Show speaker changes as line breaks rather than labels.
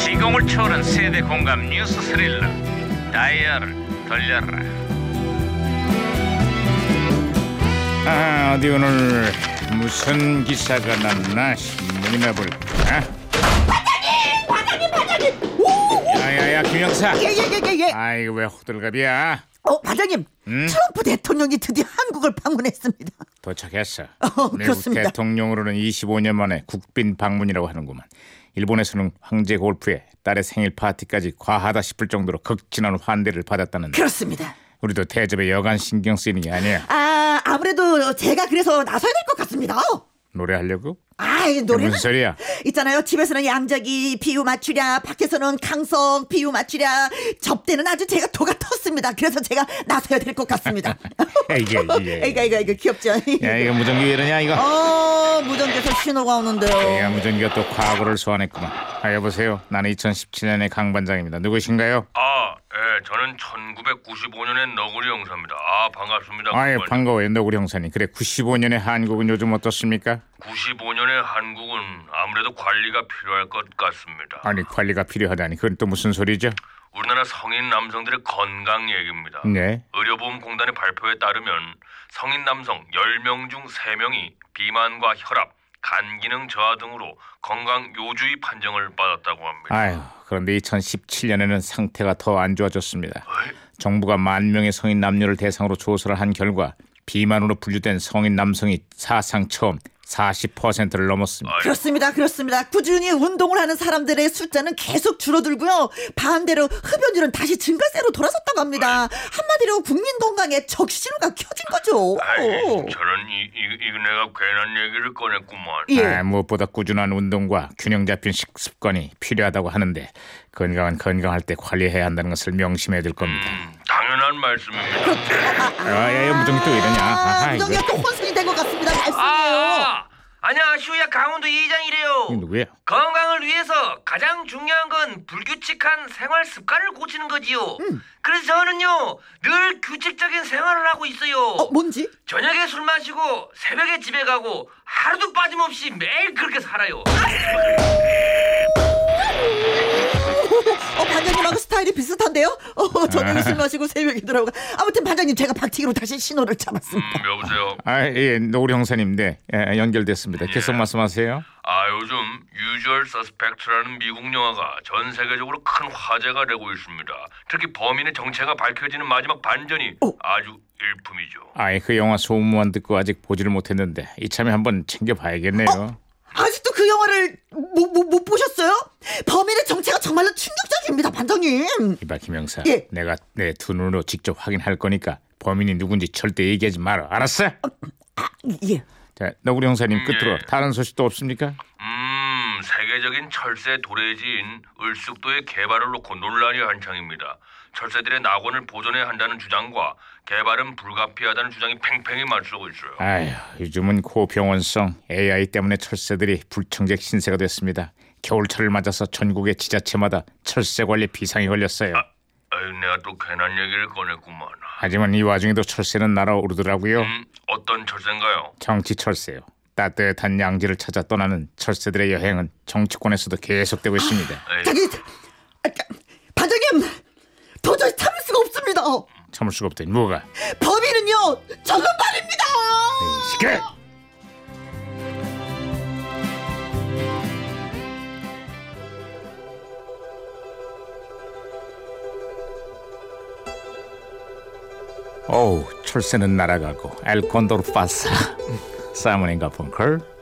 시대를 초월한 세대 공감 뉴스 스릴러 다이얼을 돌려라
아, 어디 오늘 무슨 기사가 났나 신문이나 볼까?
오!
야야야 김영사
예예예예 예.
아이고 왜 호들갑이야
어 반장님
음?
트럼프 대통령이 드디어 한국을 방문했습니다.
도착했어
어,
미국
그렇습니다.
대통령으로는 25년 만에 국빈 방문이라고 하는구만 일본에서는 황제 골프에 딸의 생일 파티까지 과하다 싶을 정도로 극진한 환대를 받았다는데
그렇습니다.
우리도 대접에 여간 신경 쓰이는 게 아니야
아 아무래도 제가 그래서 나서야 될 것 같습니다.
노래하려고?
아이 노래
무슨 소리야
있잖아요. 집에서는 양자기 비유 맞추랴, 밖에서는 강성 비유 맞추랴. 접대는 아주 제가 도가 텄습니다. 그래서 제가 나서야 될 것 같습니다.
이게
이거
이게
이거 이거 귀엽죠?
야 이거 무전기 왜 이러냐 이거
어 무전기에서 신호가
예.
오는데요.
대양전기가 또 과거를 소환했구만. 아, 여보세요. 나는 2017년의 강 반장입니다. 누구신가요?
아, 예, 저는 1995년의 너구리 형사입니다. 아, 반갑습니다.
아예
국장님.
반가워요, 노구리 형사님. 그래, 95년의 한국은 요즘 어떻습니까?
95년의 한국은 아무래도 관리가 필요할 것 같습니다.
아니 관리가 필요하다니 그건 또 무슨 소리죠?
우리나라 성인 남성들의 건강 얘기입니다.
네.
의료보험공단의 발표에 따르면 성인 남성 10명 중 3명이 비만과 혈압, 간 기능 저하 등으로 건강 요주의 판정을 받았다고 합니다.
아유, 그런데 2017년에는 상태가 더 안 좋아졌습니다.
어이?
정부가 만 명의 성인 남녀를 대상으로 조사를 한 결과 비만으로 분류된 성인 남성이 사상 처음 40%를 넘었습니다.
그렇습니다. 그렇습니다. 꾸준히 운동을 하는 사람들의 숫자는 계속 줄어들고요. 반대로 흡연율은 다시 증가세로 돌아섰다고 합니다. 한마디로 국민 건강에 적신호가 켜진 거죠. 어.
아이, 저는 이, 이, 이 내가 괜한 얘기를 꺼냈구만.
예.
아, 무엇보다 꾸준한 운동과 균형 잡힌 식습관이 필요하다고 하는데 건강은 건강할 때 관리해야 한다는 것을 명심해야 될 겁니다.
음, 당연한 말씀입니다.
아야, 야, 무정이 또 이러냐? 아하,
아,
이거
정이가또 혼선이 된 것 같습니다. 말씀이에요.
아, 안녕하시오야 강원도 이장이래요.
이거 누구야?
건강을 위해서 가장 중요한 건 불규칙한 생활 습관을 고치는 거지요. 그래서 저는요 늘 규칙적인 생활을 하고 있어요.
어, 뭔지?
저녁에 술 마시고 새벽에 집에 가고 하루도 빠짐없이 매일 그렇게 살아요.
어, 반장님하고 스타일이 비슷한데요? 어, 저녁에
아.
술 마시고 새벽에 들어가. 아무튼 반장님 제가 박치기로 다시 신호를 잡았습니다.
음, 여보세요.
아, 예, 노구리 형사님, 네, 예, 연결됐습니다. 계속 말씀하세요.
아 요즘 유주얼 서스펙트라는 미국 영화가 전 세계적으로 큰 화제가 되고 있습니다. 특히 범인의 정체가 밝혀지는 마지막 반전이 아주 일품이죠.
아, 그 영화 소문만 듣고 아직 보지를 못했는데 이참에 한번 챙겨봐야겠네요.
아직도 그 영화를 못, 못, 못 보셨어요? 범인의 정체가 정말로 충격적입니다, 반장님.
이봐 김영사,
예.
내가 내 두 눈으로 직접 확인할 거니까 범인이 누군지 절대 얘기하지 마라. 알았어?
예.
자, 노구리 형사님 끝으로
예.
다른 소식도 없습니까?
음, 세계적인 철새 도래지인 을쑥도의 개발을 놓고 논란이 한창입니다. 철새들의 낙원을 보존해야 한다는 주장과 개발은 불가피하다는 주장이 팽팽히 맞서고 있어요.
아휴, 요즘은 고병원성 AI 때문에 철새들이 불청객 신세가 됐습니다. 겨울철을 맞아서 전국의 지자체마다 철새 관리 비상이 걸렸어요.
아유, 내가 또 괜한 얘기를 꺼냈구만.
하지만 이 와중에도 철새는 날아오르더라고요.
음, 어떤 철새인가요?
정치 철새요. 따뜻한 양지를 찾아 떠나는 철새들의 여행은 정치권에서도 계속되고 있습니다.
에이,
자기 아, 까- 반장님 도저히 참을 수가 없습니다.
참을 수가 없더니 뭐가?
범인은요 저것 말입니다.
시끄! 어우 철새는 날아가고 엘콘도르 파사 사모인가 펑클